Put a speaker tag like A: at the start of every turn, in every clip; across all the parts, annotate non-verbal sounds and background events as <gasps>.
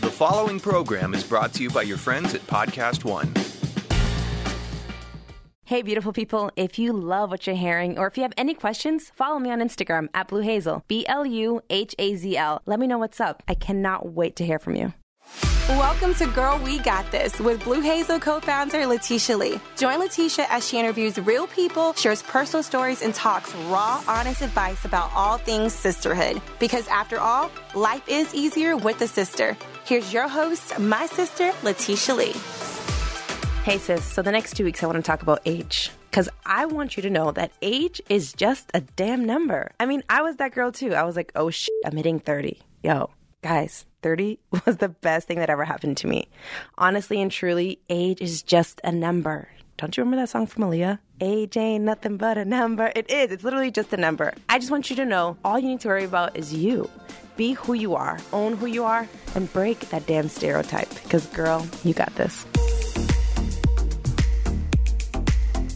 A: The following program is brought to you by your friends at Podcast One.
B: Hey, beautiful people, if you love what you're hearing or if you have any questions, follow me on Instagram at Blue Hazel, B L U H A Z L. Let me know what's up. I cannot wait to hear from you.
C: Welcome to Girl We Got This with Blue Hazel co founder Letitia Lee. Join Letitia as she interviews real people, shares personal stories, and talks raw, honest advice about all things sisterhood. Because after all, life is easier with a sister. Here's your host, my sister, Letitia Lee.
B: Hey, sis, so the next two weeks I want to talk about age. Because I want you to know that age is just a damn number. I mean, I was that girl too. I was like, oh shit, I'm hitting 30. Yo, guys, 30 <laughs> was the best thing that ever happened to me. Honestly and truly, age is just a number. Don't you remember that song from Aaliyah? Age ain't nothing but a number. It is. It's literally just a number. I just want you to know all you need to worry about is you. Be who you are, own who you are, and break that damn stereotype. Because, girl, you got this.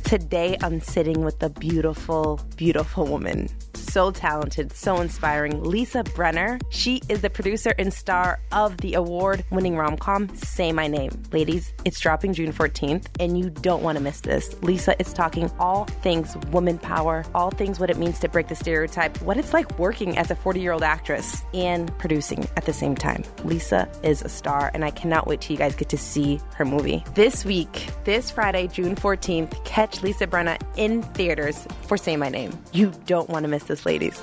B: Today, I'm sitting with a beautiful, beautiful woman. So talented, so inspiring, Lisa Brenner. She is the producer and star of the award winning rom com Say My Name. Ladies, it's dropping June 14th, and you don't want to miss this. Lisa is talking all things woman power, all things what it means to break the stereotype, what it's like working as a 40 year old actress and producing at the same time. Lisa is a star, and I cannot wait till you guys get to see her movie. This week, this Friday, June 14th, catch Lisa Brenna in theaters for Say My Name. You don't want to miss this, ladies.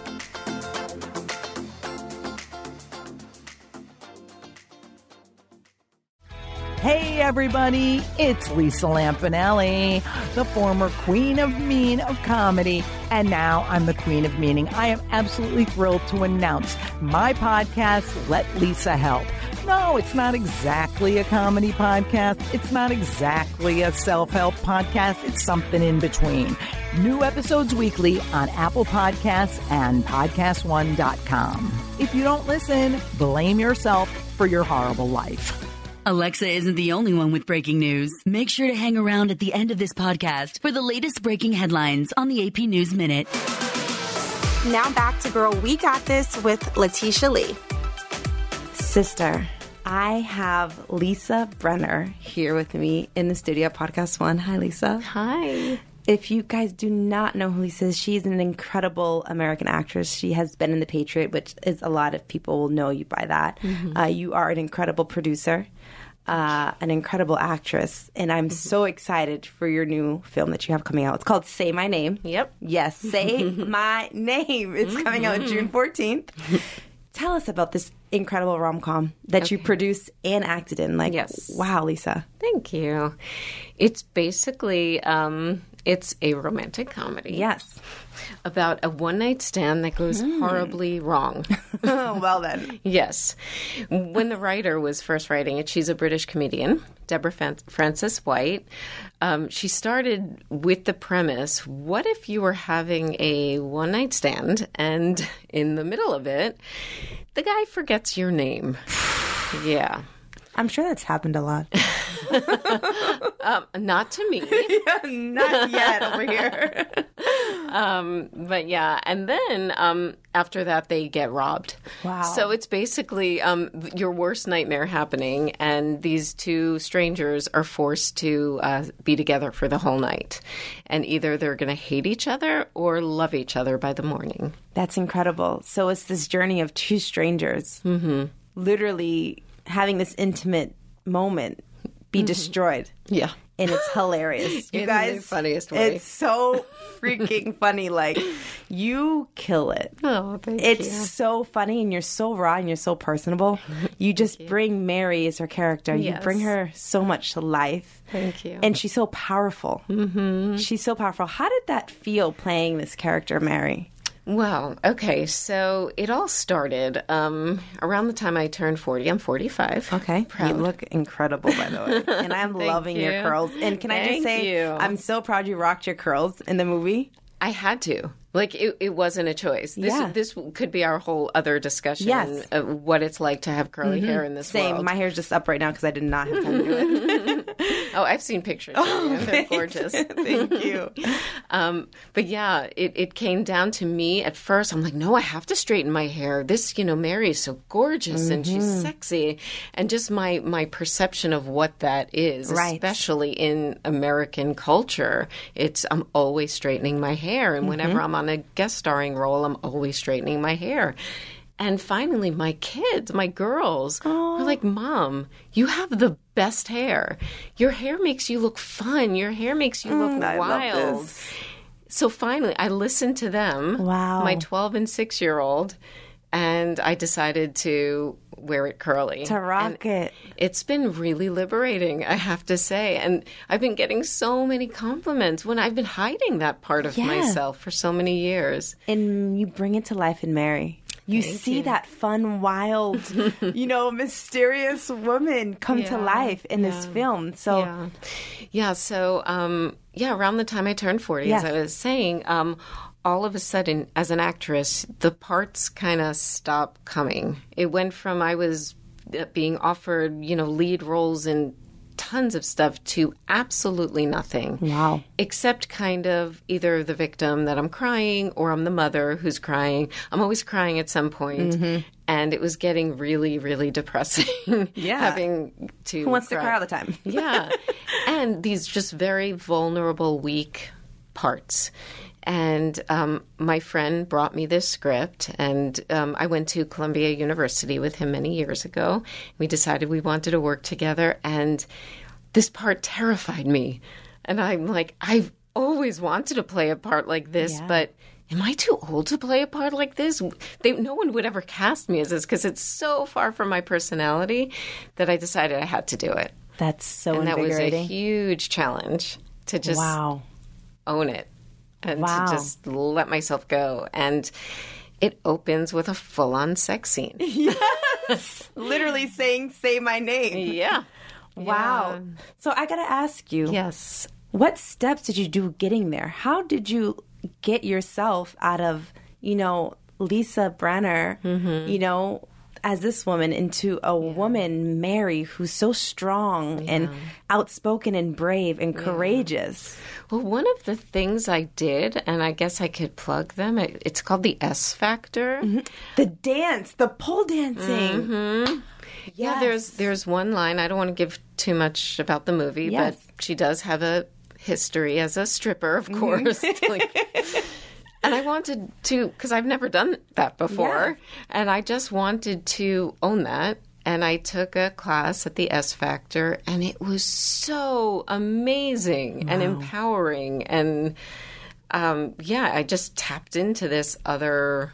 D: Hey everybody, it's Lisa Lampanelli, the former queen of mean of comedy, and now I'm the queen of meaning. I am absolutely thrilled to announce my podcast, Let Lisa Help. No, it's not exactly a comedy podcast. It's not exactly a self-help podcast. It's something in between. New episodes weekly on Apple Podcasts and PodcastOne.com. If you don't listen, blame yourself for your horrible life.
E: Alexa isn't the only one with breaking news. Make sure to hang around at the end of this podcast for the latest breaking headlines on the AP News Minute.
C: Now back to Girl We Got This with Letitia Lee.
B: Sister, I have Lisa Brenner here with me in the studio, Podcast One. Hi, Lisa.
F: Hi.
B: If you guys do not know who Lisa is, she's an incredible American actress. She has been in The Patriot, which is a lot of people will know you by that.
F: Mm-hmm.
B: Uh, you are an incredible producer, uh, an incredible actress, and I'm
F: Mm-hmm.
B: so excited for your new film that you have coming out. It's called Say My Name.
F: Yep. <laughs> Mm-hmm.
B: Yes, Say My Name. It's coming out June 14th. Tell us about this incredible rom com that you produced and acted in. Like,
F: Yes.
B: wow, Lisa.
F: Thank you. It's basically um, it's a romantic comedy.
B: Yes. <laughs>
F: About a one night stand that goes horribly wrong.
B: well, then.
F: yes. When the writer was first writing it, she's a British comedian, Deborah Fan- Frances White. Um, she started with the premise: What if you were having a one night stand, and in the middle of it, the guy forgets your name? yeah.
B: I'm sure that's happened a
F: <laughs>
B: lot.
F: Um, Not to me.
B: Not yet over here.
F: But yeah, and then um, after that, they get robbed.
B: Wow.
F: So it's basically um, your worst nightmare happening, and these two strangers are forced to uh, be together for the whole night. And either they're going to hate each other or love each other by the morning.
B: That's incredible. So it's this journey of two strangers
F: Mm-hmm.
B: literally having this intimate moment be
F: Mm-hmm.
B: destroyed.
F: Yeah.
B: And it's
F: <laughs>
B: hilarious. You
F: In the
B: guys.
F: funniest way.
B: It's so
F: <laughs>
B: freaking funny. Like, you kill it.
F: Oh, thank
B: It's so funny and you're so raw and you're so
F: <laughs>
B: personable. You just bring Mary as her character. You bring
F: Yes.
B: her so much to life.
F: Thank you.
B: And she's so powerful. Mm-hmm. She's so powerful. How did that feel playing this character, Mary?
F: Well, okay. So it all started um, around the time I turned 40. I'm 45.
B: Okay.
F: Proud.
B: You look incredible, by the way.
F: <laughs>
B: And I'm loving your
F: you.
B: curls. And can I just
F: Thank
B: say,
F: you.
B: I'm so proud you rocked your curls in the movie.
F: I had to. Like it, it wasn't a choice. This
B: Yeah.
F: this could be our whole other discussion
B: Yes. Mm-hmm.
F: of what it's like to have curly hair in this
B: Same.
F: world.
B: My hair's just up right now because I did not have time to do
F: <laughs>
B: it. <laughs>
F: oh, I've seen pictures. of
B: Oh,
F: you. They're gorgeous.
B: Thank you.
F: Um, but yeah, it, it came down to me at first. I'm like, no, I have to straighten my hair. This, you know, Mary is so gorgeous and she's
B: Mm-hmm.
F: sexy, and just my my perception of what that is,
B: Right.
F: especially in American culture, it's I'm always straightening my hair,
B: Mm-hmm.
F: and whenever I'm on a guest starring role, I'm always straightening my hair. And finally, my kids, my girls, were like, Mom, you have the best hair. Your hair makes you look fun. Your hair makes you look
B: Mm, I love
F: wild.
B: this.
F: So finally, I listened to them.
B: Wow.
F: My 12 and 6 year old. And I decided to wear it curly.
B: To rock it.
F: It's been really liberating, I have to say. And I've been getting so many compliments when I've been hiding that part of
B: Yeah.
F: myself for so many years.
B: And you bring it to life in Mary. You see that fun, wild,
F: <laughs>
B: you know, mysterious woman come to
F: Yeah.
B: life in this film. So,
F: Yeah. Yeah. So, um, yeah, around the time I turned 40,
B: Yes.
F: as I was saying, um, all of a sudden, as an actress, the parts kind of stopped coming. It went from I was uh, being offered, you know, lead roles in tons of stuff to absolutely nothing.
B: Wow.
F: Except kind of either the victim that I'm crying or I'm the mother who's crying. I'm always crying at some point.
B: Mm-hmm.
F: And it was getting really, really depressing. <laughs>
B: Yeah.
F: having to
B: who wants to cry all the time?
F: yeah. And these just very vulnerable, weak parts. And um, my friend brought me this script, and um, I went to Columbia University with him many years ago. We decided we wanted to work together, and this part terrified me. And I'm like, I've always wanted to play a part like this, but am I too old to play a part like this? They, no one would ever cast me as this because it's so far from my personality that I decided I had to do it
B: That's so
F: and that was a
B: invigorating.
F: huge challenge to just
B: wow.
F: own it and
B: Wow.
F: to just let myself go and it opens with a full-on sex scene
B: <laughs> Literally saying, say my name.
F: yeah
B: Wow. So, I got to ask you.
F: yes
B: what steps did you do getting there how did you get yourself out of you know lisa brenner
F: Mm-hmm.
B: you know as this woman into a woman mary who's so strong and outspoken and brave and courageous
F: well one of the things i did and i guess i could plug them it- it's called the s factor
B: Mm-hmm. the dance the pole dancing
F: Mm-hmm. Yeah, there's there's one line. I don't want to give too much about the movie,
B: Yes.
F: but she does have a history as a stripper, of course. Like- and I wanted to because I've never done that before, and I just wanted to own that. And I took a class at the S Factor, and it was so amazing and empowering. And um, yeah, I just tapped into this other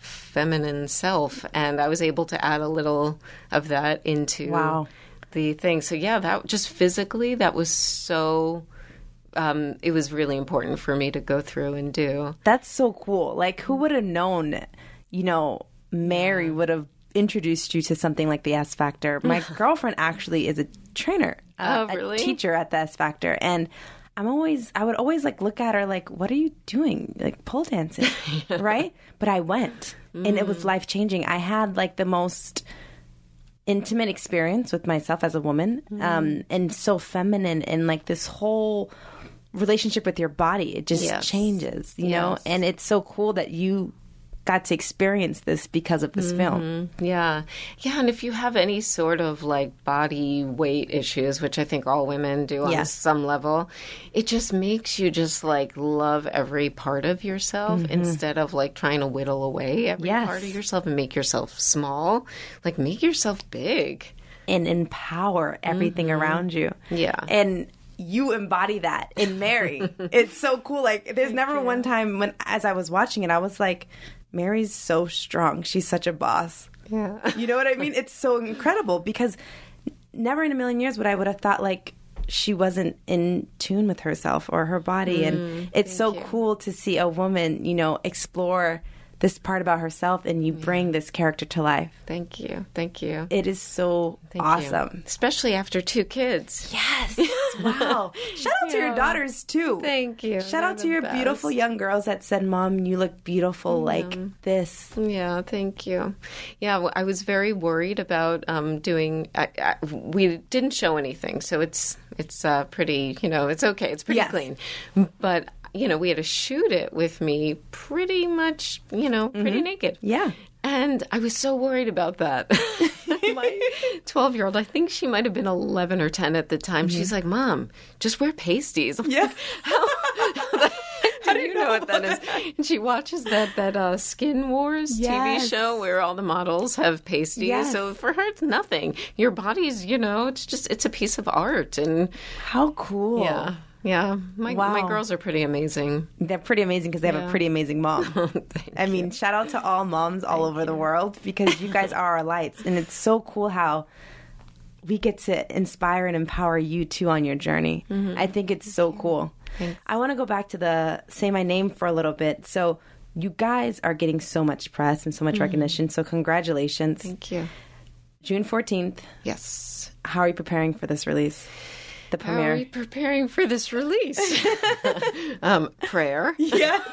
F: feminine self and i was able to add a little of that into
B: Wow.
F: the thing so yeah that just physically that was so um, it was really important for me to go through and do
B: that's so cool like who would have known you know mary would have introduced you to something like the s factor
F: <laughs>
B: my girlfriend actually is a trainer uh,
F: Oh, really?
B: a teacher at the s factor and i'm always i would always like look at her like what are you doing like pole
F: <laughs>
B: dancing right but i went and it
F: Mm.
B: was life changing i had like the most intimate experience with myself as a woman
F: Mm.
B: um, and so feminine and like this whole relationship with your body it just
F: Yes.
B: changes you know
F: Yes.
B: and it's so cool that you got to experience this because of this
F: Mm-hmm.
B: film
F: yeah yeah and if you have any sort of like body weight issues which i think all women do on
B: Yes.
F: some level it just makes you just like love every part of yourself instead of like trying to whittle away every
B: Mm-hmm. Yes.
F: part of yourself and make yourself small like make yourself big
B: and empower everything around you
F: Mm-hmm. Yeah.
B: and you embody that in
F: <laughs>
B: mary it's so cool like there's never one time when as i was watching it i was like mary's so strong she's such a boss
F: Yeah.
B: You know what I mean? It's so incredible because never in a million years would I would have thought like she wasn't in tune with herself or her body.
F: Mm,
B: and it's so cool to see a woman, you know, explore this part about herself and you bring this character to life.
F: <laughs> Thank you. Thank you.
B: It is so
F: Thank you. <laughs>
B: awesome.
F: Especially after two kids.
B: Yes. Wow. <laughs> Shout out to your daughters too.
F: Thank you.
B: Shout out to
F: They're the
B: your beautiful
F: best. Mm-hmm.
B: young girls that said, "Mom, you look beautiful like
F: <laughs>
B: this."
F: Yeah, thank you. Yeah, w- I was very worried about um, doing. I, I, we didn't show anything, so it's it's uh, pretty. You know, it's okay. It's pretty
B: Yes.
F: clean. But you know, we had to shoot it with me pretty much. You know, pretty naked.
B: Mm-hmm. Yeah.
F: And I was so worried about that. <laughs> My 12 year old, I think she might have been 11 or 10 at the time.
B: Mm-hmm.
F: She's like, Mom, just wear pasties. I'm like, How, how do <laughs> you know what that is? <laughs> And she watches that, that uh, Skin Wars
B: Yes.
F: TV show where all the models have pasties.
B: Yes.
F: So for her, it's nothing. Your body's, you know, it's just, it's a piece of art. And
B: How cool.
F: yeah. Yeah, my my
B: Wow.
F: girls are pretty amazing.
B: They're pretty amazing because they have a pretty amazing
F: <laughs>
B: mom. I mean, shout out to all moms all over the world because you guys are our lights and it's so cool how we get to inspire and empower you too on your journey.
F: Mm-hmm.
B: I think it's so cool. I want to go back to the say my name for a little bit. So, you guys are getting so much press and so much recognition. So, congratulations.
F: Mm-hmm. Thank you.
B: June 14th.
F: Yes.
B: How are you preparing for this release? The
F: How are we
B: premiere.
F: preparing for this release? <laughs> um, <laughs> prayer.
B: Yes.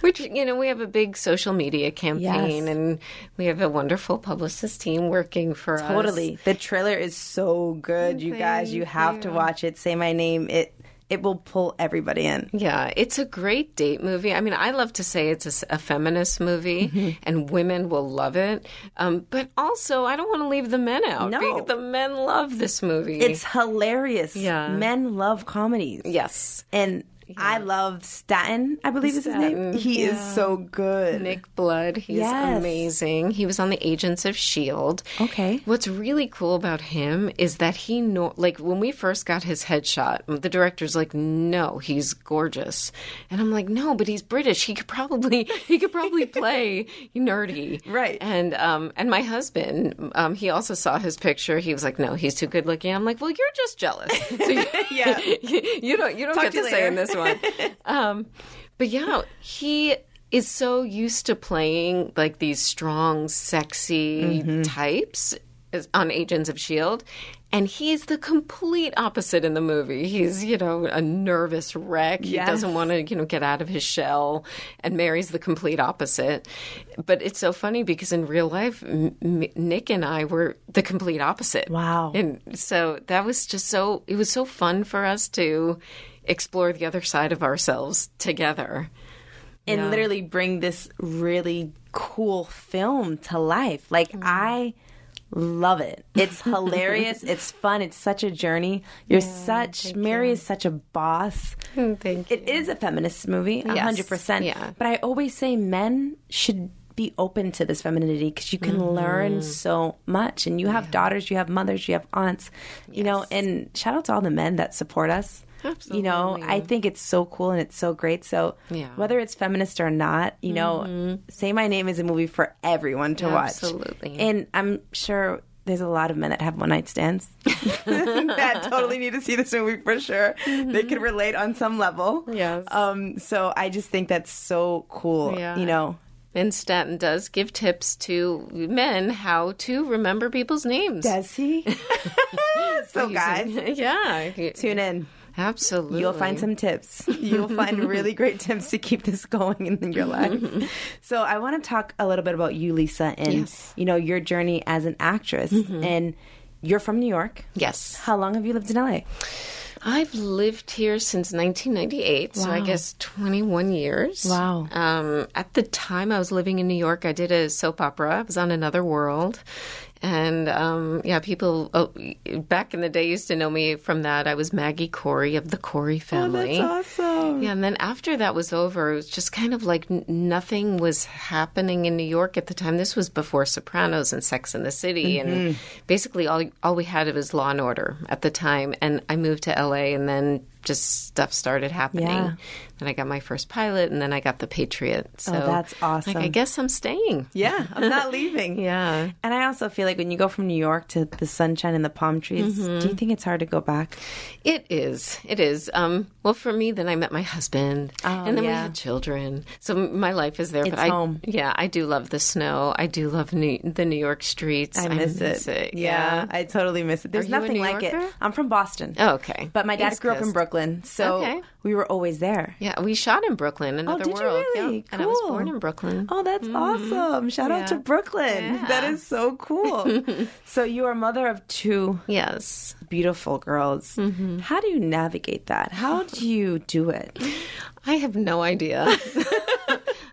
F: Which, you know, we have a big social media campaign
B: Yes.
F: and we have a wonderful publicist team working for us.
B: totally. The trailer is so good, you guys. You have to watch it. Say my name. It it will pull everybody in.
F: Yeah, it's a great date movie. I mean, I love to say it's a s- a, feminist movie,
B: Mm-hmm.
F: and women will love it. Um, but also, I don't want to leave the men out.
B: No.
F: because the men love this movie.
B: It's hilarious.
F: Yeah.
B: Men love comedies.
F: yes,
B: And I love Staten, I believe is his name. He is so good.
F: Nick Blood. He's
B: Yes.
F: amazing. He was on the Agents of Shield.
B: Okay.
F: E What's really cool about him is that he know like when we first got his headshot, the director's like, "No, he's gorgeous," and I'm like, "No, but he's British. He could probably he
B: <laughs>
F: could probably play nerdy,
B: Right.
F: And um and my husband, um, he also saw his picture. He was like, "No, he's too good looking." I'm like, "Well, you're just
B: <laughs>
F: jealous. So you,
B: Yeah.
F: <laughs> you don't you don't
B: Talk
F: get
B: to you
F: to say
B: later.
F: in this one." Um, but yeah, he is so used to playing like these strong, sexy types as- on Agents of S.H.I.E.L.D. E And he's the complete opposite in the movie. He's, you know, a nervous wreck. He doesn't want to, you know, get out of his shell. And Mary's the complete opposite. But it's so funny because in real life, M- M- Nick and I were the complete opposite.
B: Wow.
F: And so that was just so, it was so fun for us to explore the other side of ourselves together.
B: and literally bring this really cool film to life. Like
F: Mm.
B: I love it. It's
F: <laughs>
B: hilarious. it's fun. It's such a journey. You're such Mary is such a boss.
F: <laughs> Thank
B: It is a feminist movie, a
F: Yes.
B: hundred percent.
F: Yeah.
B: But I always say men should be open to this femininity because you can
F: Mm-hmm.
B: learn so much. And you have daughters, you have mothers, you have aunts. You know, and shout out to all the men that support us. You know, I think it's so cool and it's so great. So
F: Mm-hmm. Yeah. Mm-hmm.
B: whether it's feminist or not, you know, say my name is a movie for everyone to watch.
F: Absolutely.
B: And I'm sure there's a lot of men that have one night stands <laughs> that totally need to see this movie for sure. They could relate on some level.
F: Mm-hmm. Yes.
B: Um, so I just think that's so cool.
F: Yeah.
B: You know,
F: And Stanton does give tips to men how to remember people's names.
B: does <laughs> he?
F: <laughs>
B: so, Oh, guys,
F: yeah.
B: tune in.
F: Absolutely.
B: You'll find some tips.
F: <laughs>
B: You'll find really great tips to keep this going in your
F: <laughs>
B: life. So I want to talk a little bit about you, Lisa, and
F: Yes. Mm-hmm.
B: you know your journey as an actress. And you're from New York.
F: Yes.
B: How long have you lived in LA?
F: I've lived here since 1998, so I guess 21 years.
B: Wow.
F: Um, at the time I was living in New York, I did a soap opera. I was on Another World. And um, yeah, people oh, back in the day used to know me from that. I was Maggie Corey of the Corey family.
B: Oh, awesome.
F: Yeah, and then after that was over, it was just kind of like n- nothing was happening in New York at the time. This was before Sopranos and Sex in the City,
B: Mm-hmm.
F: and basically all all we had was Law and Order at the time. And I moved to LA, and then just stuff started happening.
B: Yeah. Oh,
F: Then I got my first pilot, and then I got the Patriot. So
B: that's awesome.
F: Like, I guess I'm staying.
B: Yeah, I'm not leaving.
F: <laughs> Yeah.
B: And I also feel like when you go from New York to the sunshine and the palm trees,
F: Mm-hmm.
B: do you think it's hard to go back?
F: It is. It is. Um, well, for me, then I met my husband, and then we
B: Oh, yeah.
F: had children. So m- my life is there.
B: It's
F: but I,
B: home.
F: Yeah, I do love the snow. I do love New- the New York streets.
B: I miss, it.
F: Yeah.
B: I totally miss it. There's
F: you a
B: nothing
F: New
B: like
F: Yorker?
B: it. I'm from Boston.
F: Oh, okay.
B: But my dad
F: East
B: grew up in
F: Coast.
B: Brooklyn, so
F: Okay.
B: we were always there.
F: Yeah, we shot in Brooklyn. Another
B: Oh, did you
F: world.
B: really?
F: Yeah, And I was
B: Cool.
F: born in Brooklyn.
B: Oh, that's awesome. Shout out to
F: Mm-hmm. Yeah.
B: Brooklyn. That is so
F: <laughs>
B: cool. so, you are mother of two
F: Yes.
B: beautiful girls.
F: Mm-hmm.
B: How do you navigate that? How do you do it?
F: I have no idea. <laughs>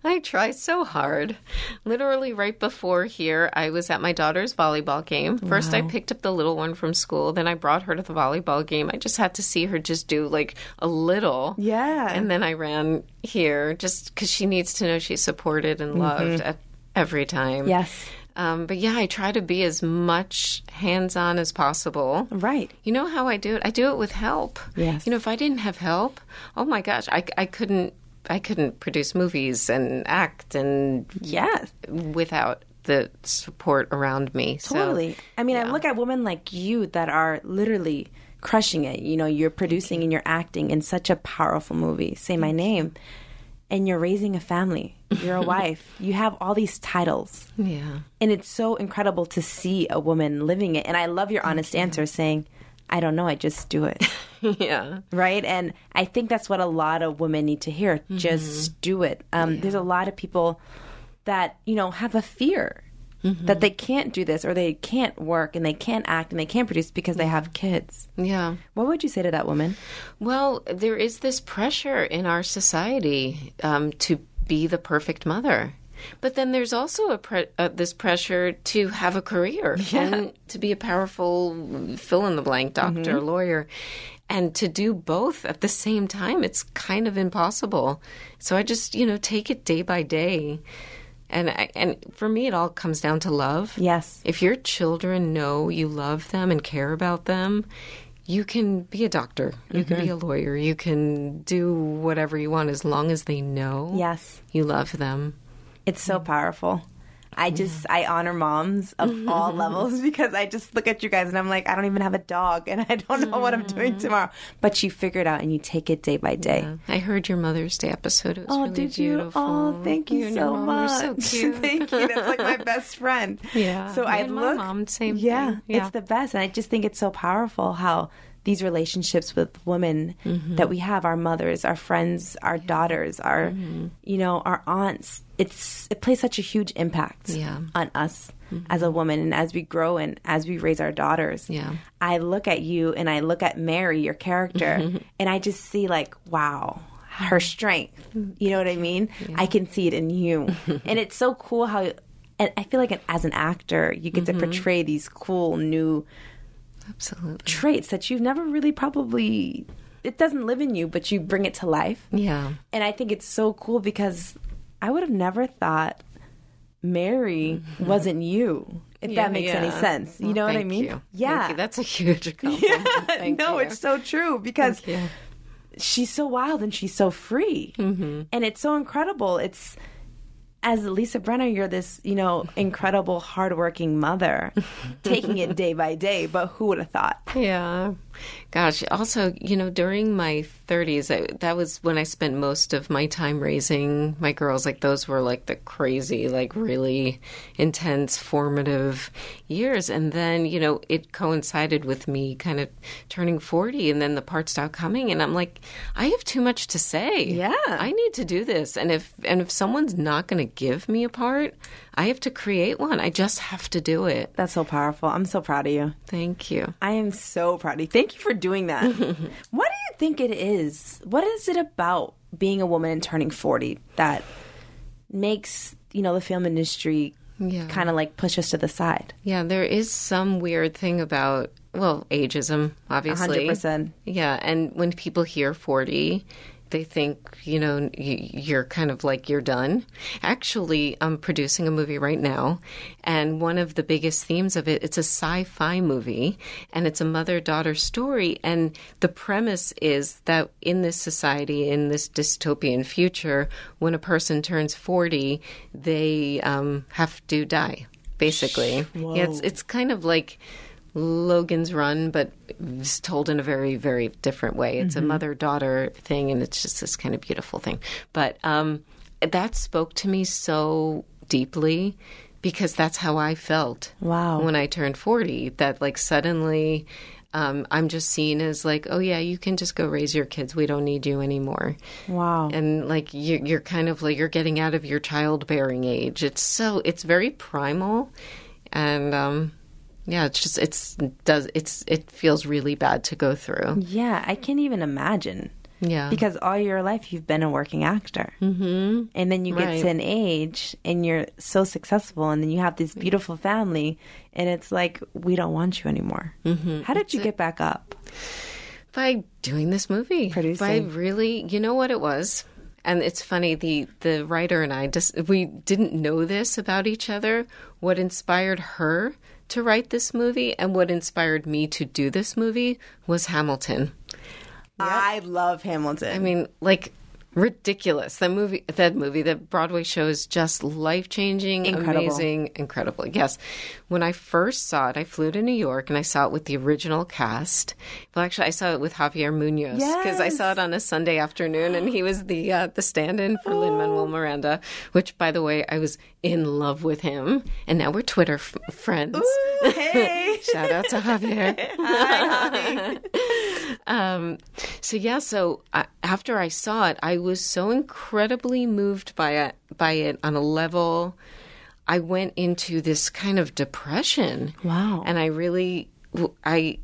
F: I try so hard. Literally, right before here, I was at my daughter's volleyball game. First, I picked up the little one from school, then I brought her to the volleyball game. I just had to see her just do like a little.
B: Yeah.
F: And then I ran here just because she needs to know she's supported and loved at every time.
B: Mm-hmm. Yes.
F: Um, but yeah, I try to be as much hands on as possible.
B: Right.
F: You know how I do it? I do it with help.
B: Yes.
F: You know, if I didn't have help, oh my gosh, I, I couldn't I couldn't produce movies and act and
B: Yes.
F: without the support around me. So-
B: Totally. I mean, I look at women like you that are literally crushing it. You know, you're producing and you're acting in such a powerful movie. Say my name. And you're raising a family.
F: <laughs>
B: You're a wife. You have all these titles.
F: yeah.
B: And it's so incredible to see a woman living it. And I love your honest answer saying, I don't know, I just do it.
F: Yeah.
B: right? And I think that's what a lot of women need to hear. Just do it. Um, There's a lot of people that, you know, have a fear that they can't do this or they can't work and they can't act and they can't produce because they have kids.
F: Yeah.
B: What would you say to that woman?
F: Well, there is this pressure in our society um, to be the perfect mother. But then there's also a pre- uh, this pressure to have a career and to be a powerful fill in the blank doctor, lawyer. And to do both at the same time, it's kind of impossible. So I just, you know, take it day by day. And I, and for me, it all comes down to love.
B: Yes.
F: If your children know you love them and care about them, you can be a doctor, you can
B: Mm-hmm.
F: be a lawyer, you can do whatever you want as long as they know
B: Yes.
F: you love them.
B: It's so powerful. I just I honor moms of all levels <laughs> because I just look at you guys and I'm like I don't even have a dog and I don't know what I'm doing tomorrow. But you figure it out and you take it day by day.
F: I heard your Mother's Day episode. It was
B: Oh,
F: really
B: did you?
F: beautiful.
B: Oh, thank you,
F: and
B: so
F: your mom
B: much. <laughs>
F: Were so cute.
B: thank you. That's like
F: <laughs>
B: my best friend.
F: Yeah.
B: So
F: Me
B: I
F: and my
B: look.
F: mom, same
B: yeah,
F: thing. Yeah.
B: It's the best, and I just think it's so powerful how these relationships with women
F: Mm-hmm.
B: that we have our mothers our friends our daughters our
F: Mm-hmm.
B: you know our aunts it's it plays such a huge impact
F: Yeah.
B: on us as a woman and as we grow and as we raise our daughters
F: Yeah.
B: i look at you and i look at mary your character and i just see like wow her strength you know what i mean i can see it in you and it's so cool how and i feel like as an actor you get to portray these cool new
F: Absolutely.
B: traits that you've never really probably it doesn't live in you but you bring it to life
F: Yeah.
B: and I think it's so cool because I would have never thought
F: <laughs>
B: Mary wasn't you, if
F: Yeah,
B: that makes
F: yeah.
B: any sense. You
F: Well,
B: know what I
F: thank
B: mean?
F: you. Thank
B: Yeah. <laughs>
F: you. That's a huge compliment. Thank
B: no,
F: you.
B: it's so true because
F: Thank you.
B: she's so wild and she's so free.
F: Mm-hmm.
B: And it's so incredible. It's as Lisa Brenner, you're this, you know, incredible, hardworking
F: <laughs>
B: mother, taking it day by day. But who would have thought?
F: Yeah. Gosh, also, you know, during my 30s, I, that was when I spent most of my time raising my girls. Like, those were like the crazy, like, really intense, formative years. And then, you know, it coincided with me kind of turning 40, and then the part stopped coming. And I'm like, I have too much to say.
B: Yeah.
F: I need to do this. And if, and if someone's not going to give me a part, I have to create one. I just have to do it.
B: That's so powerful. I'm so proud of you.
F: Thank you.
B: I am so proud of you. Thank you for doing
F: <laughs>
B: that. what do you think it is? What is it about being a woman and turning 40 that makes, you know, the film industry
F: Yeah.
B: kind of like push us to the side?
F: Yeah, there is some weird thing about well, ageism, obviously.
B: 100%.
F: Yeah, and when people hear 40, they think you know y- you're kind of like you're done. Actually, I'm producing a movie right now, and one of the biggest themes of it it's a sci-fi movie, and it's a mother-daughter story, and the premise is that in this society, in this dystopian future, when a person turns forty, they um, have to die. Basically, yeah, it's it's kind of like Logan's Run, but it's told in a very, very different way. It's a mother daughter thing, and it's just this kind of beautiful thing. But um, that spoke to me so deeply because that's how I felt.
B: Wow.
F: When I turned 40, that like suddenly. Um, I'm just seen as like, oh yeah, you can just go raise your kids. We don't need you anymore
B: Wow.
F: and like you, you're kind of like you're getting out of your childbearing age it's so it's very primal and um yeah it's just it's does it's it feels really bad to go through
B: Yeah, I can't even imagine.
F: yeah
B: Because all your life you've been a working actor. Mm-hmm. And then you get
F: Right.
B: to an age and you're so successful, and then you have this beautiful family, and it's like, we don't want you anymore. Mm-hmm. How did you get back up?
F: by doing this movie
B: Producing.
F: by really you know what it was and it's funny the the writer and i just we didn't know this about each other what inspired her to write this movie and what inspired me to do this movie was hamilton
B: I love Hamilton.
F: I mean, like ridiculous. That movie, that movie, that Broadway show is just life changing,
B: Incredible.
F: amazing, incredible. Yes. When I first saw it, I flew to New York and I saw it with the original cast. Well, actually, I saw it with Javier Munoz because I saw it on a Sunday afternoon, and he was the uh, the stand-in for Lin Manuel Miranda. Which, by the way, I was in love with him, and now we're Twitter f- friends. <laughs>
B: <laughs> hey.
F: Shout out to Javier. um, so yeah, so I, after I saw it, I was so incredibly moved by it, by it on a level. I went into this kind of depression.
B: Wow.
F: And I really, w- I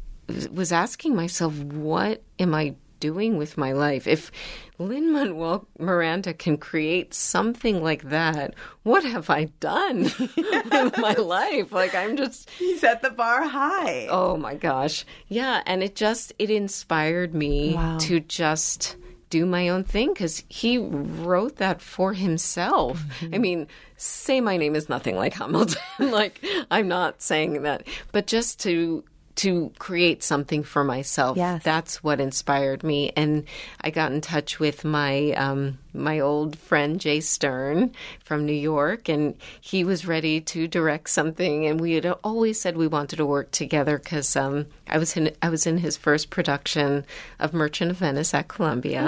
F: was asking myself, what am I doing with my life? If Lin Manuel Miranda can create something like that, what have I done <laughs> with my life? Like I'm just
B: He set the bar high.
F: Oh my gosh. Yeah, and it just it inspired me to just do my own thing cuz he wrote that for himself. I mean, say my name is nothing like Hamilton. <laughs> like I'm not saying that, but just to to create something for myself.
B: Yes.
F: That's what inspired me and I got in touch with my um my old friend Jay Stern from New York, and he was ready to direct something. And we had always said we wanted to work together because um, I was in I was in his first production of Merchant of Venice at Columbia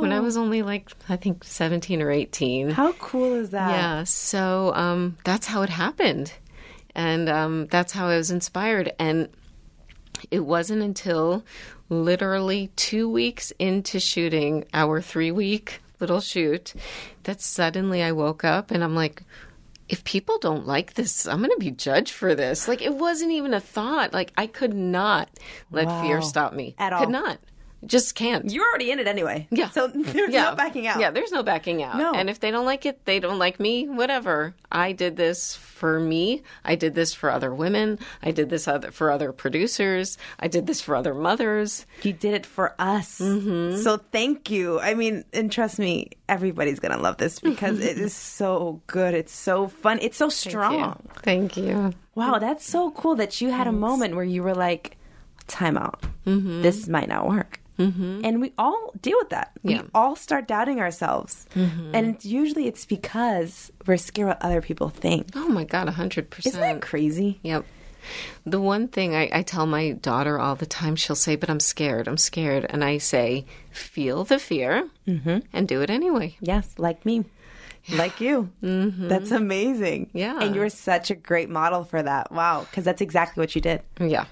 F: when I was only like I think seventeen or eighteen.
B: How cool is that?
F: Yeah, so um, that's how it happened, and um, that's how I was inspired. And it wasn't until literally two weeks into shooting our three week little shoot that suddenly I woke up and I'm like, if people don't like this, I'm going to be judged for this. Like it wasn't even a thought. Like I could not let fear stop me
B: At all.
F: Could not. Just can't.
B: You're already in it anyway.
F: Yeah.
B: So <laughs> there's
F: Yeah.
B: no backing out.
F: Yeah, there's no backing out.
B: No.
F: And if they don't like it, they don't like me, whatever. I did this for me. I did this for other women. I did this other, for other producers. I did this for other mothers.
B: You did it for us.
F: Mm-hmm.
B: So thank you. I mean, and trust me, everybody's going to love this because
F: Mm-hmm.
B: it is so good. It's so fun. It's so strong.
F: Thank you.
B: Wow, that's so cool that you had a moment where you were like, time out.
F: Mm-hmm.
B: This might not work. Mm-hmm. And we all deal with that.
F: Yeah. Mm-hmm.
B: We all start doubting ourselves. And usually it's because we're scared what other people think.
F: Oh my God, 100%.
B: Isn't that crazy?
F: Yep. The one thing I, I tell my daughter all the time, she'll say, But I'm scared, I'm scared. And I say, Feel the fear
B: Mm-hmm.
F: and do it anyway.
B: Yes, like me. Like you. That's amazing.
F: Yeah.
B: And you're such a great model for that. Wow. Because that's exactly what you did.
F: Yeah.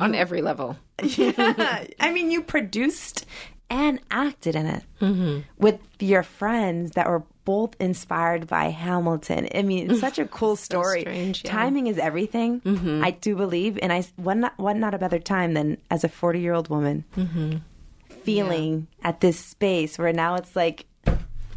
F: On every level.
B: I mean, you produced and acted in it with your friends that were both inspired by Hamilton. I mean, it's such
F: <laughs>
B: a cool story.
F: strange, yeah. Mm-hmm.
B: Timing is everything. I do believe, and I one not, one not a better time than as a forty year old woman
F: Mm-hmm.
B: feeling at this space where now it's like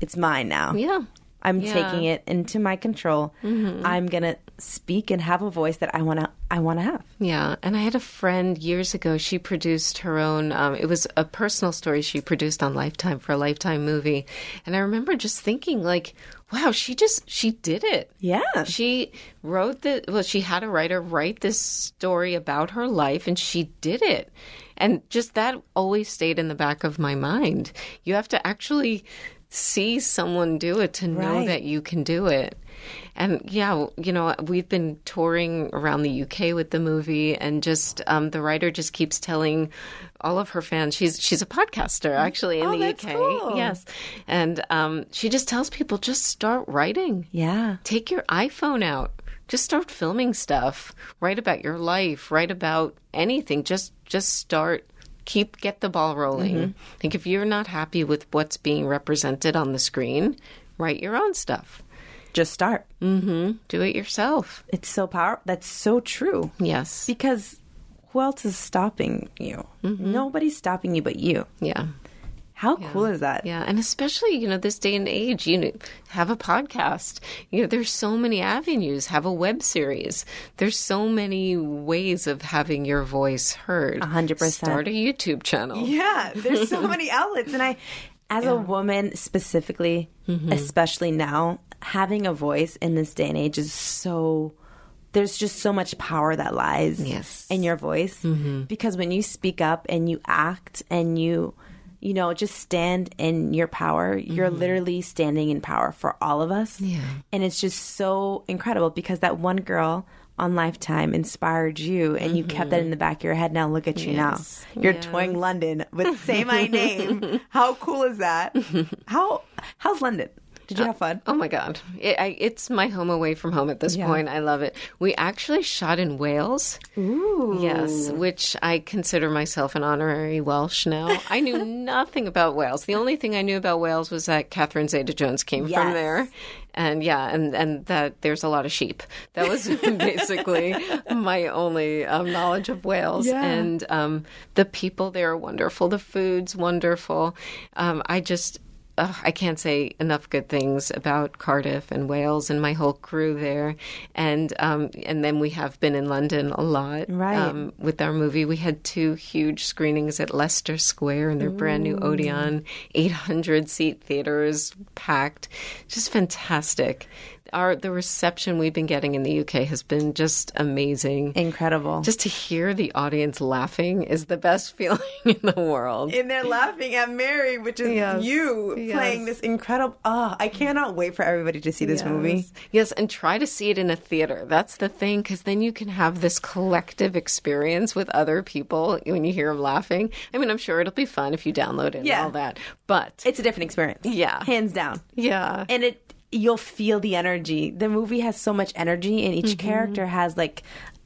B: it's mine now.
F: Yeah.
B: I'm
F: Yeah. Mm-hmm.
B: taking it into my control. I'm gonna speak and have a voice that I want to I want to have.
F: Yeah, and I had a friend years ago. She produced her own. Um, it was a personal story she produced on Lifetime for a Lifetime movie, and I remember just thinking, like, wow, she just she did it.
B: Yeah.
F: she wrote the. Well, she had a writer write this story about her life, and she did it. And just that always stayed in the back of my mind. You have to actually see someone do it to know
B: Right.
F: that you can do it. And yeah, w- you know, we've been touring around the UK with the movie, and just um, the writer just keeps telling all of her fans she's she's a podcaster actually in
B: Oh,
F: the
B: that's
F: UK.
B: cool.
F: Yes, and um, she just tells people just start writing.
B: Yeah.
F: Take your iPhone out. Just start filming stuff. Write about your life. Write about anything. Just just start. Keep get the ball rolling.
B: Mm-hmm.
F: Like if you're not happy with what's being represented on the screen, write your own stuff.
B: Just start.
F: Do it yourself.
B: It's so powerful. That's so true.
F: Yes.
B: Because who else is stopping you? Nobody's stopping you but you.
F: Yeah.
B: How cool is that?
F: Mm-hmm. Yeah, and especially you know this day and age, you know, have a podcast. You know, there's so many avenues. Have a web series. There's so many ways of having your voice heard.
B: A hundred percent.
F: Start a YouTube channel.
B: Yeah, there's
F: <laughs>
B: so many outlets. And I, as a woman specifically,
F: Mm-hmm.
B: especially now, having a voice in this day and age is so. There's just so much power that lies
F: Yes. Mm-hmm.
B: in your voice because when you speak up and you act and you, you know, just stand in your power, you're
F: Mm-hmm.
B: literally standing in power for all of us. Yeah. And it's just so incredible because that one girl on Lifetime inspired you and you kept that
F: Mm-hmm.
B: in the back of your head. Now look at you now. You're touring London
F: <laughs>
B: with Say My Name. how cool is that? How how's London? Did you have fun?
F: Oh my God. It, I, it's my home away from home at this point. I love it. We actually shot in Wales. Ooh. Yes, which I consider myself an honorary Welsh now. I knew nothing about Wales. The only thing I knew about Wales was that Catherine Zeta Jones came
B: Yes.
F: from there. And yeah, and, and that there's a lot of sheep. That was basically my only um, knowledge of Wales. And um, the people there are wonderful. The food's wonderful. Um, I just, Ugh, I can't say enough good things about Cardiff and Wales and my whole crew there, and um, and then we have been in London a lot.
B: Right.
F: Um, with our movie, we had two huge screenings at Leicester Square in their brand new Odeon, eight hundred seat theaters, packed, just fantastic. Our the reception we've been getting in the UK has been just amazing.
B: Incredible.
F: Just to hear the audience laughing is the best <laughs> feeling in the world.
B: and they're laughing at Mary, which is you playing this incredible. Oh, I cannot wait for everybody to see this movie.
F: Yes, and try to see it in a theater. That's the thing, because then you can have this collective experience with other people when you hear them laughing. I mean, I'm sure it'll be fun if you download it and
B: Yeah.
F: all that. But
B: It's a different experience.
F: Yeah.
B: hands down.
F: yeah,
B: <laughs> and it you'll feel the energy. The movie has so much energy, and each character has like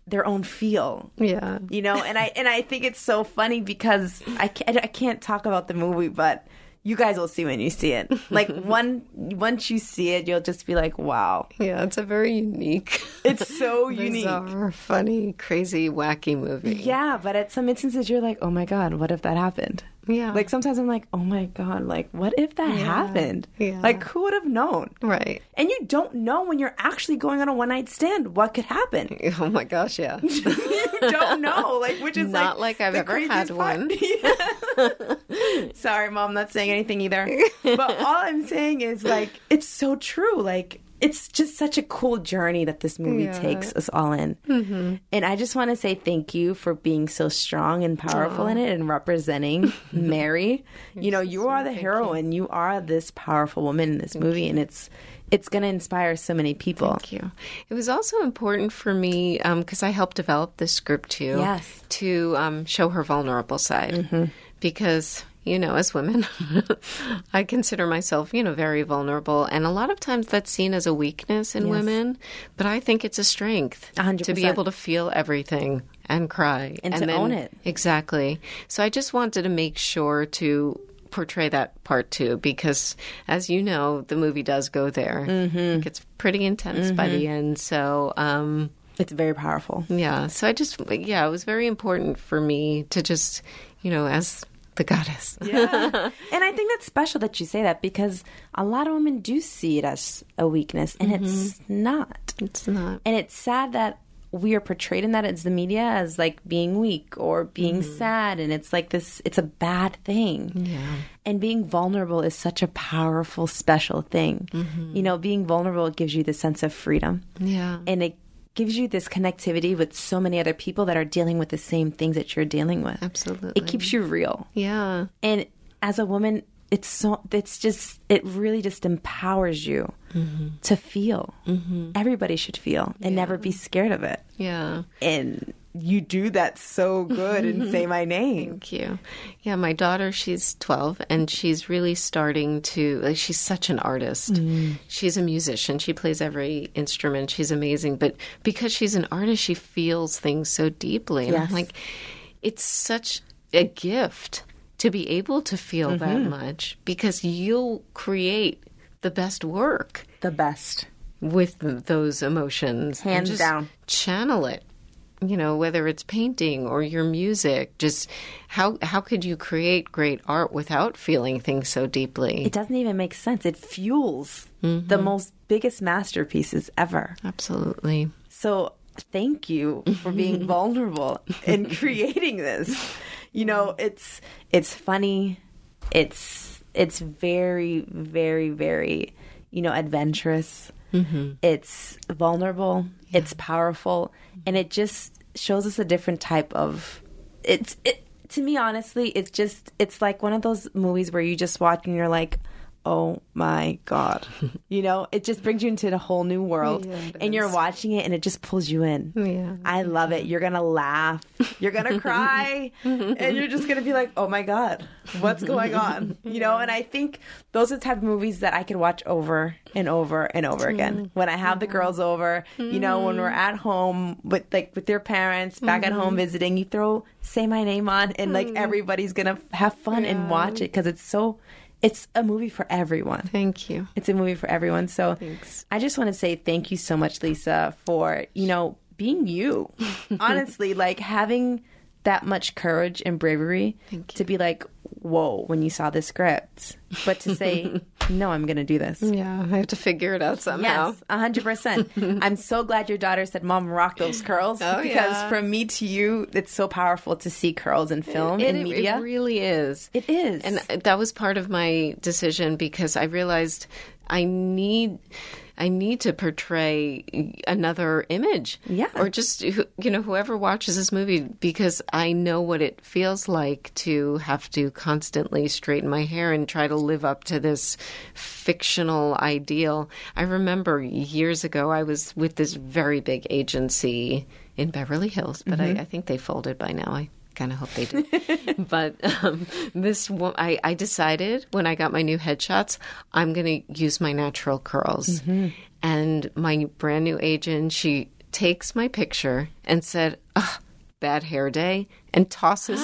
B: their own feel.
F: Mm-hmm. yeah,
B: you know and i and i think it's so funny because i can't, I can't talk about the movie but you guys will see when you see it
F: <laughs>
B: like one once you see it you'll just be like wow
F: yeah. It's a very unique,
B: <laughs> it's so unique
F: <laughs> bizarre, funny, crazy, wacky movie.
B: yeah but at some instances you're like oh my god what if that happened
F: Yeah.
B: like sometimes i'm like oh my god like what if that happened
F: Yeah.
B: like who would have known
F: right.
B: and you don't know when you're actually going on a one-night stand what could happen
F: Oh my gosh,
B: <laughs>
F: yeah.
B: you don't know like which is
F: Not like I've
B: the
F: ever
B: craziest
F: had
B: part.
F: one.
B: <laughs> Sorry, mom, not saying anything either. But
F: <laughs>
B: all I'm saying is like it's so true. Like it's just such a cool journey that this movie takes us all in. Mm-hmm. And I just want to say thank you for being so strong and powerful in it and
F: <laughs>
B: representing Mary. You know, you are the heroine. You. are this powerful woman in this movie, and it's it's going to inspire so many people.
F: Thank you. It was also important for me because I helped develop this script too.
B: Yes. Mm-hmm.
F: To um, show her vulnerable side, because you know, as women, <laughs> I consider myself you know very vulnerable, and a lot of times that's seen as a weakness in women, but I think it's a strength
B: A hundred
F: to be
B: percent.
F: able to feel everything and cry
B: And to own it.
F: Exactly. So I just wanted to make sure to portray that part too, because as you know, the movie does go there. Mm-hmm. It gets pretty intense by
B: Mm-hmm.
F: the end. So, um,
B: It's very powerful.
F: yeah. So I just, yeah, it was very important for me to just, you know, as the goddess.
B: Yeah. and I think that's special that you say that because a lot of women do see it as a weakness, and it's
F: Mm-hmm.
B: not.
F: It's not.
B: And it's sad that we are portrayed in that as the media as like being weak or being
F: Mm-hmm.
B: sad, and it's like this. It's a bad thing. Yeah. And being vulnerable is such a powerful, special thing. You know, being vulnerable gives you the sense of freedom.
F: Mm-hmm. Yeah.
B: And it gives you this connectivity with so many other people that are dealing with the same things that you're dealing with.
F: Absolutely.
B: It keeps you real
F: yeah.
B: and as a woman it's so it's just it really just empowers you to feel everybody should feel and never be scared of it
F: Yeah.
B: and you do that so good and say <laughs> my name
F: Thank you. Yeah, my daughter, she's 12 and she's really starting to like she's such an artist. She's a musician. She plays every instrument. She's amazing, but because she's an artist, she feels things so deeply. And I'm
B: Yes.
F: like it's such a gift to be able to feel that much because you'll create the best work
B: the best
F: with th- those emotions. and
B: Hands
F: just
B: down.
F: Channel it. You know, whether it's painting or your music, just how how could you create great art without feeling things so deeply?
B: it doesn't even make sense it fuels the most biggest masterpieces ever
F: Absolutely.
B: So thank you for being vulnerable in creating this. You know, it's it's funny. It's it's very very very you know adventurous. It's vulnerable. It's powerful, and it just shows us a different type of. It's it to me honestly. It's just it's like one of those movies where you just watch and you're like. Oh my God. You know, it just brings you into a whole new world. and you're watching it and it just pulls you in.
F: Yeah.
B: I love it. You're going to laugh. You're going to cry. and you're just going to be like, oh my God, what's going on? You know, and I think those are the type of movies that I could watch over and over and over again. When I have the girls over, you know, when we're at home with like with their parents, back at home visiting, you throw Say My Name on and like everybody's going to have fun and watch it because it's so, it's a movie for everyone.
F: Thank you.
B: It's a movie for everyone. So I just want to say thank you so much, Lisa, for, you know, being
F: <laughs>
B: you. Honestly, like having that much courage and bravery to be like, whoa, when you saw the script, but to
F: <laughs>
B: say, no, I'm going to do this.
F: Yeah, I have to figure it out somehow.
B: Yes, a hundred
F: <laughs>
B: percent. I'm so glad your daughter said, "Mom, rock those curls,"
F: Oh,
B: because
F: yeah.
B: from me to you, it's so powerful to see curls in film
F: It,
B: and
F: it
B: media.
F: really is.
B: it is,
F: and that was part of my decision because I realized I need I need to portray another image,
B: Yeah.
F: or just who- you know whoever watches this movie because I know what it feels like to have to constantly straighten my hair and try to live up to this fictional ideal. I remember years ago I was with this very big agency in Beverly Hills, but I, I think they folded by now. I kind of hope they did but um, this wo- I, I decided when I got my new headshots, I'm going to use my natural curls.
B: Mm-hmm.
F: And my brand new agent, she takes my picture and said, Ugh, "Bad hair day," and tosses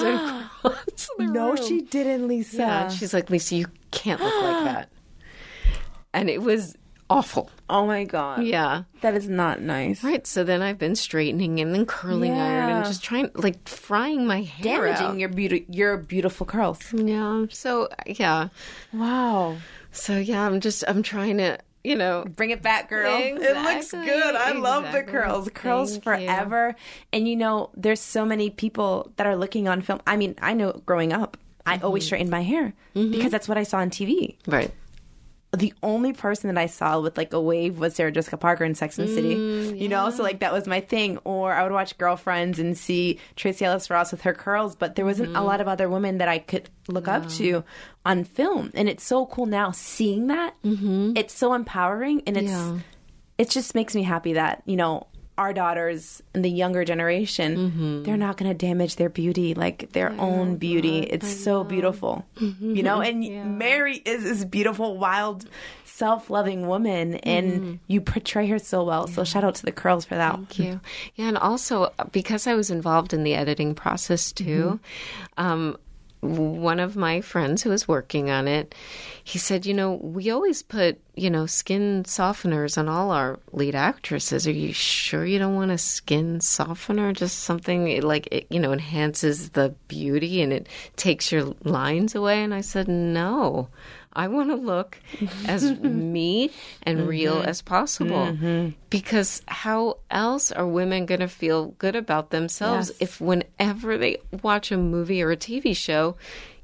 B: <gasps>
F: it across. The
B: no,
F: room.
B: Oh, she didn't, Lisa.
F: Yeah, and she's like, "Lisa, you can't
B: <gasps>
F: look like that." And it was awful.
B: oh my god,
F: Yeah.
B: that is not nice.
F: Right. So then I've been straightening and then curling iron and
B: Yeah.
F: just trying, like, frying my hair. out.
B: damaging your beauty your beautiful curls.
F: Yeah. So, yeah.
B: Wow.
F: So yeah, I'm just I'm trying to you know
B: Bring it back, girl. It looks
F: Exactly,
B: good. I love the
F: exactly.
B: curls. Curls
F: Thank
B: forever. And you know, there's so many people that are looking on film. I mean, I know growing up, I
F: Mm-hmm.
B: always straightened my hair because that's what I saw on TV.
F: right
B: The only person that I saw with like a wave was Sarah Jessica Parker in Sex and the City. You know, so like that was my thing. Or I would watch Girlfriends and see Tracy Ellis Ross with her curls, but there wasn't a lot of other women that I could look up to on film. And it's so cool now seeing that. Mm-hmm. It's so empowering and it's
F: Yeah.
B: it just makes me happy that you know our daughters and the younger generation
F: Mm-hmm.
B: they're not going to damage their beauty like their own beauty it's so
F: <laughs>
B: beautiful you know and mary is this beautiful wild self-loving woman and you portray her so well so shout out to the curls for that
F: Mm-hmm. Thank you. Yeah, and also uh, because I was involved in the editing process too, um, one of my friends who was working on it, he said, "You know, we always put you know skin softeners on all our lead actresses. Are you sure you don't want a skin softener? Just something it, like it, you know enhances the beauty and it takes your lines away." And I said, "No." I want to look as
B: <laughs>
F: me and real
B: Mm-hmm.
F: as possible. Because how else are women going to feel good about themselves if whenever they watch a movie or a TV show,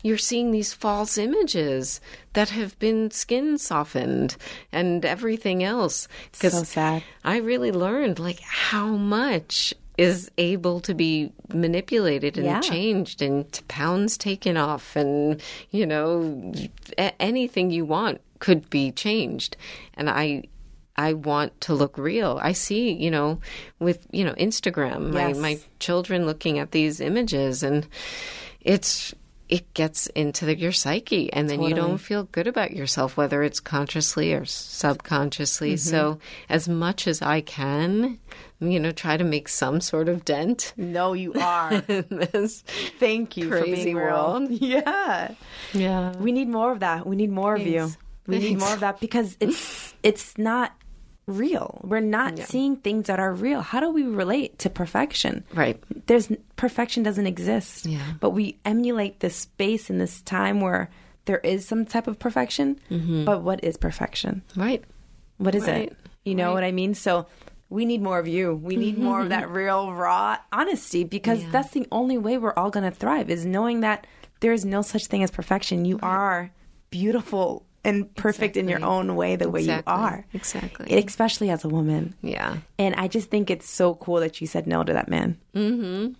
F: you're seeing these false images that have been skin softened and everything else?
B: So sad.
F: I really learned like how much is able to be manipulated and
B: Yeah.
F: changed and t- pounds taken off and you know a- anything you want could be changed and I I want to look real. I see, you know, with you know Instagram,
B: Yes.
F: my my children looking at these images and it's it gets into the, your psyche and then you don't feel good about yourself whether it's consciously or subconsciously so as much as i can you know try to make some sort of dent <laughs>
B: No, you are.
F: in this
B: Thank you for
F: Crazy
B: being real. <laughs>
F: world.
B: Yeah.
F: yeah
B: We need more of that. We need more of you.
F: Thanks.
B: We need
F: Thanks.
B: more of that because
F: <laughs>
B: it's it's not real. We're not seeing things that are real. How do we relate to perfection?
F: right
B: There's perfection doesn't exist.
F: Yeah.
B: But we emulate this space and this time where there is some type of perfection.
F: Mm-hmm.
B: But what is perfection?
F: right
B: What is
F: Right.
B: it? You know what I mean? So we need more of you. We need more of that
F: <laughs>
B: real, raw honesty because that's the only way we're all going to thrive is knowing that there is no such thing as perfection. You are beautiful and perfect in your
F: Exactly.
B: own way, the way
F: Exactly.
B: you are.
F: Exactly.
B: Especially as a woman.
F: yeah
B: And I just think it's so cool that you said no to that man.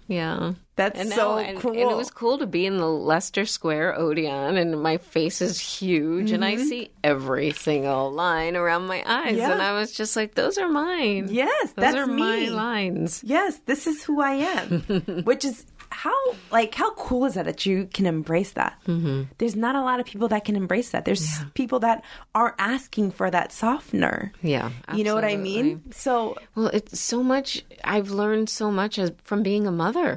F: yeah
B: That's
F: And
B: so
F: now- and,
B: cool.
F: And it was cool to be in the Leicester Square Odeon, and my face is huge, and
B: Mm-hmm.
F: I see every single line around my eyes.
B: Yeah.
F: And I was just like, those are mine.
B: Yes,
F: those
B: that's
F: are
B: me.
F: my lines.
B: Yes, this is who I am.
F: <laughs>
B: Which is how like how cool is that that you can embrace that? Mm-hmm. There's not a lot of people that can embrace that. There's people that are asking for that softener.
F: Yeah,
B: you know what I
F: absolutely.
B: mean. So
F: Well, it's so much. I've learned so much as, from being a mother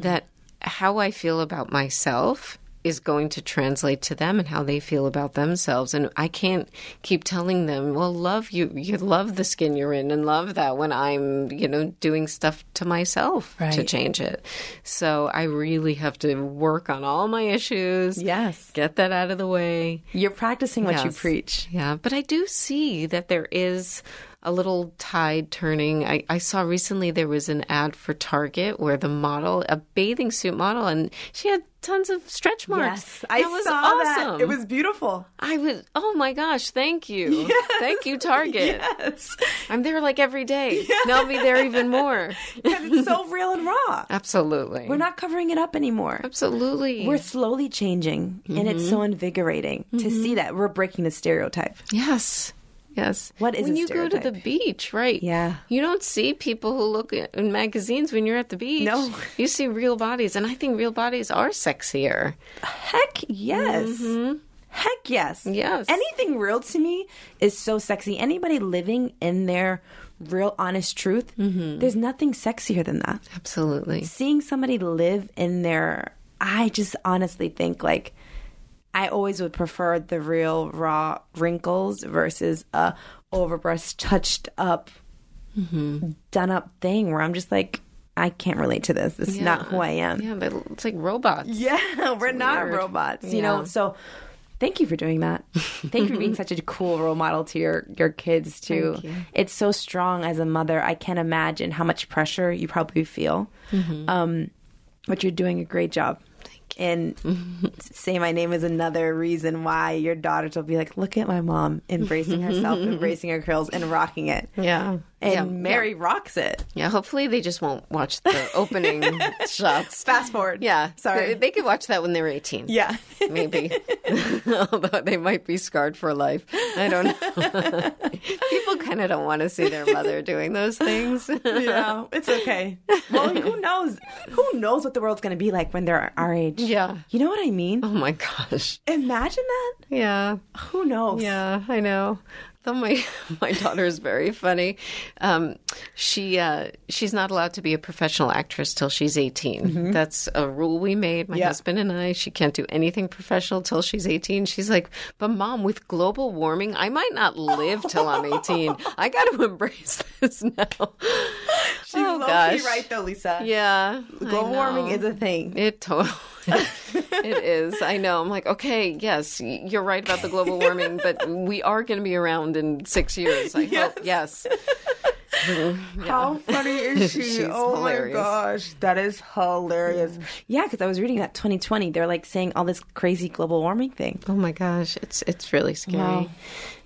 F: that how I feel about myself is going to translate to them and how they feel about themselves. And I can't keep telling them, well, love you, you love the skin you're in and love that when I'm, you know, doing stuff to myself to
D: Right.
F: change it. So I really have to work on all my issues.
B: Yes.
F: Get that out of the way.
B: you're practicing what you
F: Yes.
B: preach.
F: Yeah, but I do see that there is a little tide turning. I, I saw recently there was an ad for Target where the model, a bathing suit model, and she had tons of stretch marks.
B: I
F: that was
B: saw
F: awesome.
B: that. It was beautiful.
F: I was. Oh my gosh! Thank you. Thank you, Target.
B: <laughs> Yes,
F: I'm there like every day. <laughs> Now I'll be there
B: <laughs>
F: even more.
B: because it's so real and raw.
F: Absolutely.
B: We're not covering it up anymore.
F: Absolutely. Mm-hmm.
B: We're slowly changing, and it's so invigorating to see that we're breaking the stereotype.
F: Yes. Yes.
B: What is
F: when
B: a
F: you go to the
B: stereotype?
F: beach, right?
B: Yeah.
F: You don't see people who look in magazines when you're at the beach.
B: No.
F: You see real bodies, and I think real bodies are sexier.
B: Heck yes. Heck yes.
F: Mm-hmm. Yes.
B: Anything real to me is so sexy. Anybody living in their real, honest truth,
F: Mm-hmm.
B: there's nothing sexier than that.
F: Absolutely.
B: Seeing somebody live in their, I just honestly think like, I always would prefer the real, raw wrinkles versus a overbrush, touched up,
F: Mm-hmm.
B: done up thing where I'm just like, I can't relate to this. This is not who I am.
F: Yeah, but it's like robots.
B: Yeah, <laughs> we're not
F: weird.
B: robots, you know.
F: Yeah.
B: So, thank you for doing that. Thank you for
F: <laughs>
B: being such a cool role model to your your kids too. It's so strong as a mother. I can't imagine how much pressure you probably feel.
F: Mm-hmm.
B: Um, but you're doing a great job.
F: <laughs>
B: And say my name is another reason why your daughters will be like, look at my mom embracing
F: <laughs>
B: herself, embracing her curls, and rocking it.
F: Yeah.
B: And
F: yeah.
B: Mary rocks it.
F: Yeah. Hopefully, they just won't watch
B: <laughs>
F: the opening shots.
B: Fast forward.
F: Yeah.
B: Sorry.
F: They, they could watch that when they're 18.
B: yeah.
F: <laughs> Maybe. Although they might be scarred for life. I don't know.
B: <laughs>
F: People kind of don't want to see their mother doing those things. <laughs>
B: yeah, it's okay. Well, who knows? Who knows what the world's going to be like when they're our age?
F: Yeah.
B: You know what I mean?
F: Oh my gosh.
B: Imagine that.
F: Yeah.
B: Who knows?
F: Yeah, I know. Though my <laughs> my daughter is very funny, um, she uh, she's not allowed to be a professional actress till she's 18
B: Mm-hmm.
F: That's a rule we made. My
D: Yeah.
F: husband and I. She can't do anything professional till she's eighteen. She's like, but mom, with global warming, I might not live till I'm eighteen. I got to <laughs> embrace this now.
B: She's
F: oh
B: low-key
F: gosh,
B: right though, Lisa.
F: Yeah, I
B: Global warming
F: know.
B: is a thing.
F: It totally. <laughs> it is. I know. I'm like, okay, yes, y- you're right about the global warming, but we are going to be around in six years. I hope. Yes.
B: <laughs> How funny
F: <laughs>
B: is she?
F: She's
B: oh
F: hilarious.
B: my gosh, that is hilarious. Yeah, because I was reading that 2020, they're like saying all this crazy global warming thing.
F: Oh my gosh, it's it's really scary.
B: Wow.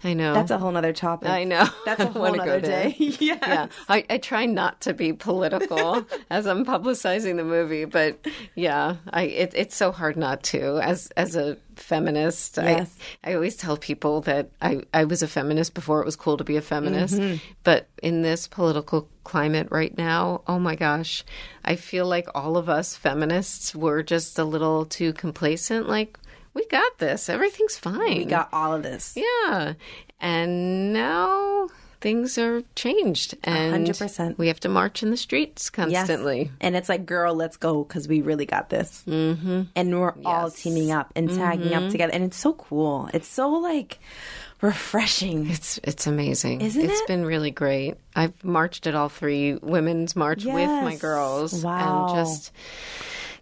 F: I know.
B: That's a whole nother topic.
F: I know.
B: <laughs> That's a
F: I
B: whole
F: <laughs> wanna go
B: nother
F: there.
B: day. <laughs> yeah.
F: yeah, I, I try not to
B: <laughs>
F: be political as I'm publicizing the movie, but yeah, I it, it's so hard not to. As as a feminist,
B: Yes.
F: I I always tell people that I I was a feminist before it was cool to be a feminist,
B: Mm-hmm.
F: but in this political climate right now, oh my gosh, I feel like all of us feminists were just a little too complacent. Like we got this, everything's fine.
B: We got all of this.
F: Yeah. And now things are changed. And
B: 100%.
F: we have to march in the streets constantly.
B: Yes. And it's like, girl, let's go because we really got this. Mm-hmm. And we're all teaming up and tagging
F: Mm-hmm.
B: up together. And it's so cool. It's so like refreshing.
F: It's it's amazing.
B: Isn't
F: It's
B: it?
F: been really great. I've marched at all three women's march with my
B: Yes.
F: girls.
B: Wow.
F: And just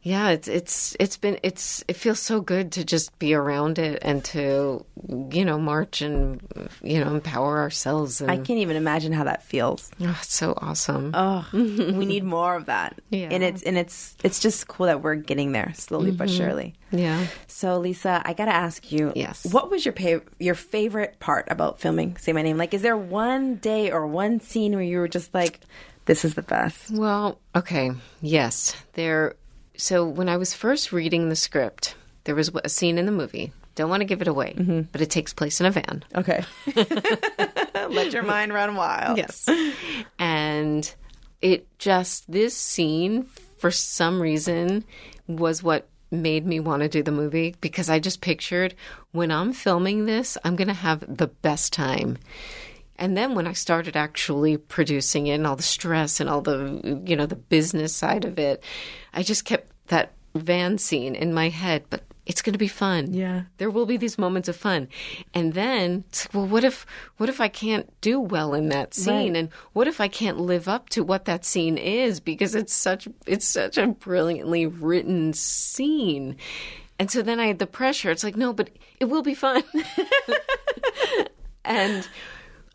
F: yeah, it's it's it's been it's it feels so good to just be around it and to you know march and you know empower ourselves and
B: I Oh. can't even imagine how that feels.
F: oh, it's so awesome.
B: <laughs> we need more of that.
F: Yeah.
B: And it's and it's it's just cool that we're getting there slowly but surely.
F: Mm-hmm. yeah.
B: So Lisa, I gotta ask you.
F: Yes.
B: What was your pa- your favorite part about filming? Say my name. Like, is there one day or one scene where you were just like, "This is the best"?
F: Well, okay. Yes. There so when I was first reading the script, there was a scene in the movie. Don't want to give it away, but it takes place in a van.
B: Okay. <laughs> Let your mind run wild.
F: Yes. and it just this scene for some reason was what made me want to do the movie because I just pictured when I'm filming this, I'm going to have the best time. And then when I started actually producing it and all the stress and all the you know the business side of it, I just kept that van scene in my head, but it's going to be fun. Yeah. There will be these moments of fun. And then, it's like, well, what if what if I can't do well in that scene and what if I can't live up to what that scene is because it's such it's such a brilliantly written scene. And so then I had the pressure. It's like, no, but it will be fun. <laughs> and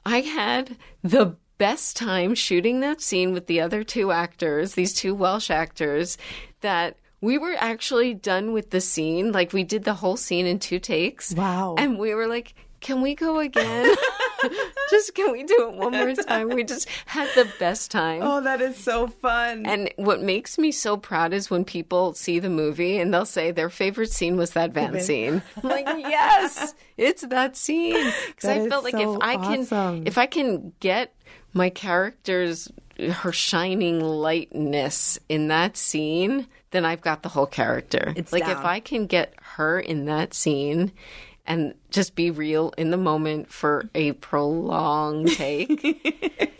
F: I had the best time shooting that scene with the other two actors, these two Welsh actors, that we were actually done with the scene. Like we did the whole scene in two takes.
B: Wow.
F: And we were like, can we go
B: <laughs>
F: again? <laughs> just can we do it one more time? We just had the best time.
B: Oh, that is so fun.
F: And what makes me so proud is when people see the movie and they'll say their favorite scene was that
B: <laughs>
F: van scene. I'm like, yes, it's that scene because
B: That
F: I
B: is
F: felt like
B: so
F: if I can,
B: awesome.
F: if I can get my character's her shining lightness in that scene, then I've got the whole character.
B: It's
F: like if
B: down.
F: I can get her in that scene. And just be real in the moment for a prolonged
B: <laughs>
F: take.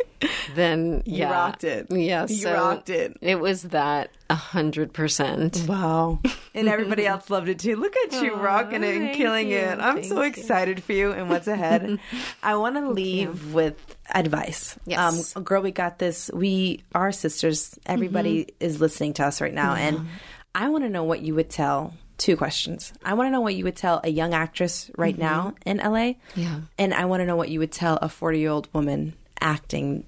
F: then
B: You
F: yeah.
B: rocked it.
F: Yeah,
B: You
F: so
B: rocked it.
F: It was that a hundred percent.
B: Wow. And
F: <laughs>
B: everybody else loved it too. Look at you rocking it and killing it. I'm so excited for you and what's
F: <laughs>
B: ahead. I want to leave with advice.
F: Yes.
B: Um, girl, we got this. We are sisters. Everybody
F: Mm-hmm.
B: is listening to us right now. And I want to know what you would tell. Two questions. I want to know what you would tell a young actress right now in LA.
F: Mm-hmm. Yeah.
B: And I want to know what you would tell a 40 year old woman acting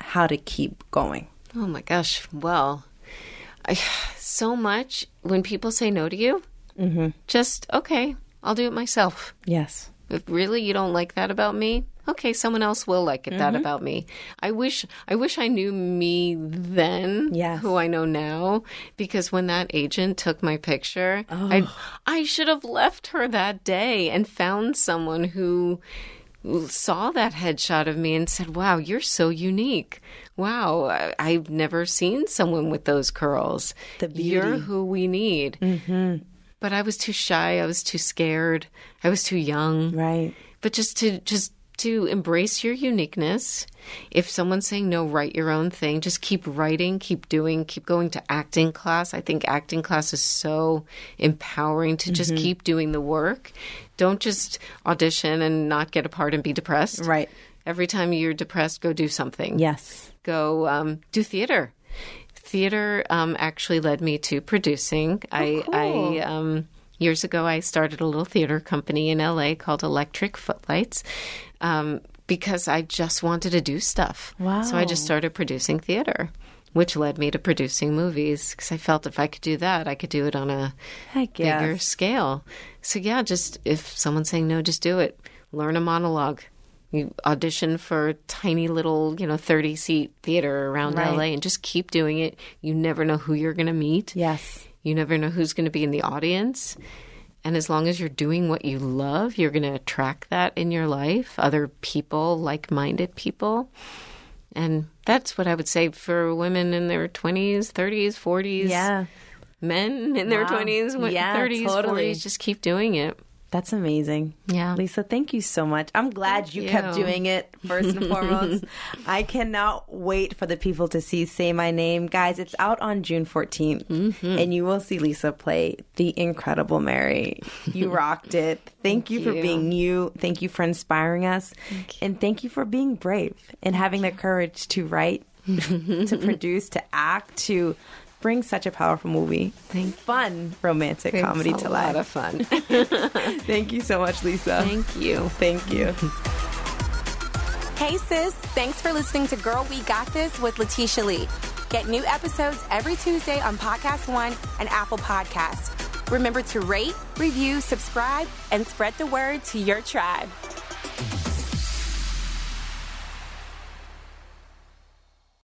B: how to keep going.
F: Oh my gosh. Well, I, so much when people say no to you, Mm-hmm. just okay, I'll do it myself.
B: Yes.
F: If really you don't like that about me, okay, someone else will like it,
B: Mm-hmm.
F: that about me. I wish I wish I knew me then,
B: Yes.
F: who I know now, because when that agent took my picture, I
B: Oh.
F: I should have left her that day and found someone who saw that headshot of me and said, "Wow, you're so unique. Wow, I, I've never seen someone with those curls.
B: The
F: You're
B: beauty. Mm-hmm.
F: who we need." but I was too shy. I was too scared. I was too young.
B: Right.
F: But just to just to embrace your uniqueness. If someone's saying no, write your own thing. Just keep writing, keep doing, keep going to acting class. I think acting class is so empowering to just keep doing the work. Don't just audition and not get a part and be depressed.
B: Right.
F: Every time you're depressed, go do something
B: Yes.
F: go um, do theater. Theater um, actually led me to producing.
B: Oh,
F: I, I um, years ago I started a little theater company in LA called Electric Footlights. Um, because I just wanted to do stuff. Wow. So I just started producing theater, which led me to producing movies because I felt if I could do that, I could do it on a
B: Heck
F: bigger
B: yes.
F: scale. So yeah, just if someone's saying no, just do it. Learn a monologue. You audition for tiny little, you know, thirty seat theater around
B: Right.
F: LA and just keep doing it. You never know who you're gonna meet.
B: Yes.
F: You never know who's gonna be in the audience. And as long as you're doing what you love, you're gonna attract that in your life, other people, like minded people. And that's what I would say for women in their 20s, 30s, 40s
B: Yeah.
F: men in their
B: Wow.
F: twenties,
B: Yeah,
F: thirties,
B: totally.
F: forties, just keep doing it.
B: That's amazing.
F: Yeah.
B: Lisa, thank you so much. I'm glad you,
F: you.
B: kept doing it, first
F: <laughs>
B: and foremost. I cannot wait for the people to see Say My Name. Guys, it's out on June 14th,
F: Mm-hmm.
B: and you will see Lisa play the incredible Mary.
F: <laughs>
B: You rocked it. Thank, you, for
F: you.
B: being you. Thank you for inspiring us. And thank you for being brave and having the courage to
F: <laughs>
B: write, to produce, to act, to bring such a powerful movie.
F: Thank
B: Fun romantic comedy
F: It's
B: to
F: a
B: life.
F: lot of fun.
B: Thank you so much, Lisa.
F: Thank you.
B: Thank you.
C: Hey sis, thanks for listening to Girl We Got This with Letitia Lee. Get new episodes every Tuesday on Podcast One and Apple Podcasts. Remember to rate, review, subscribe, and spread the word to your tribe.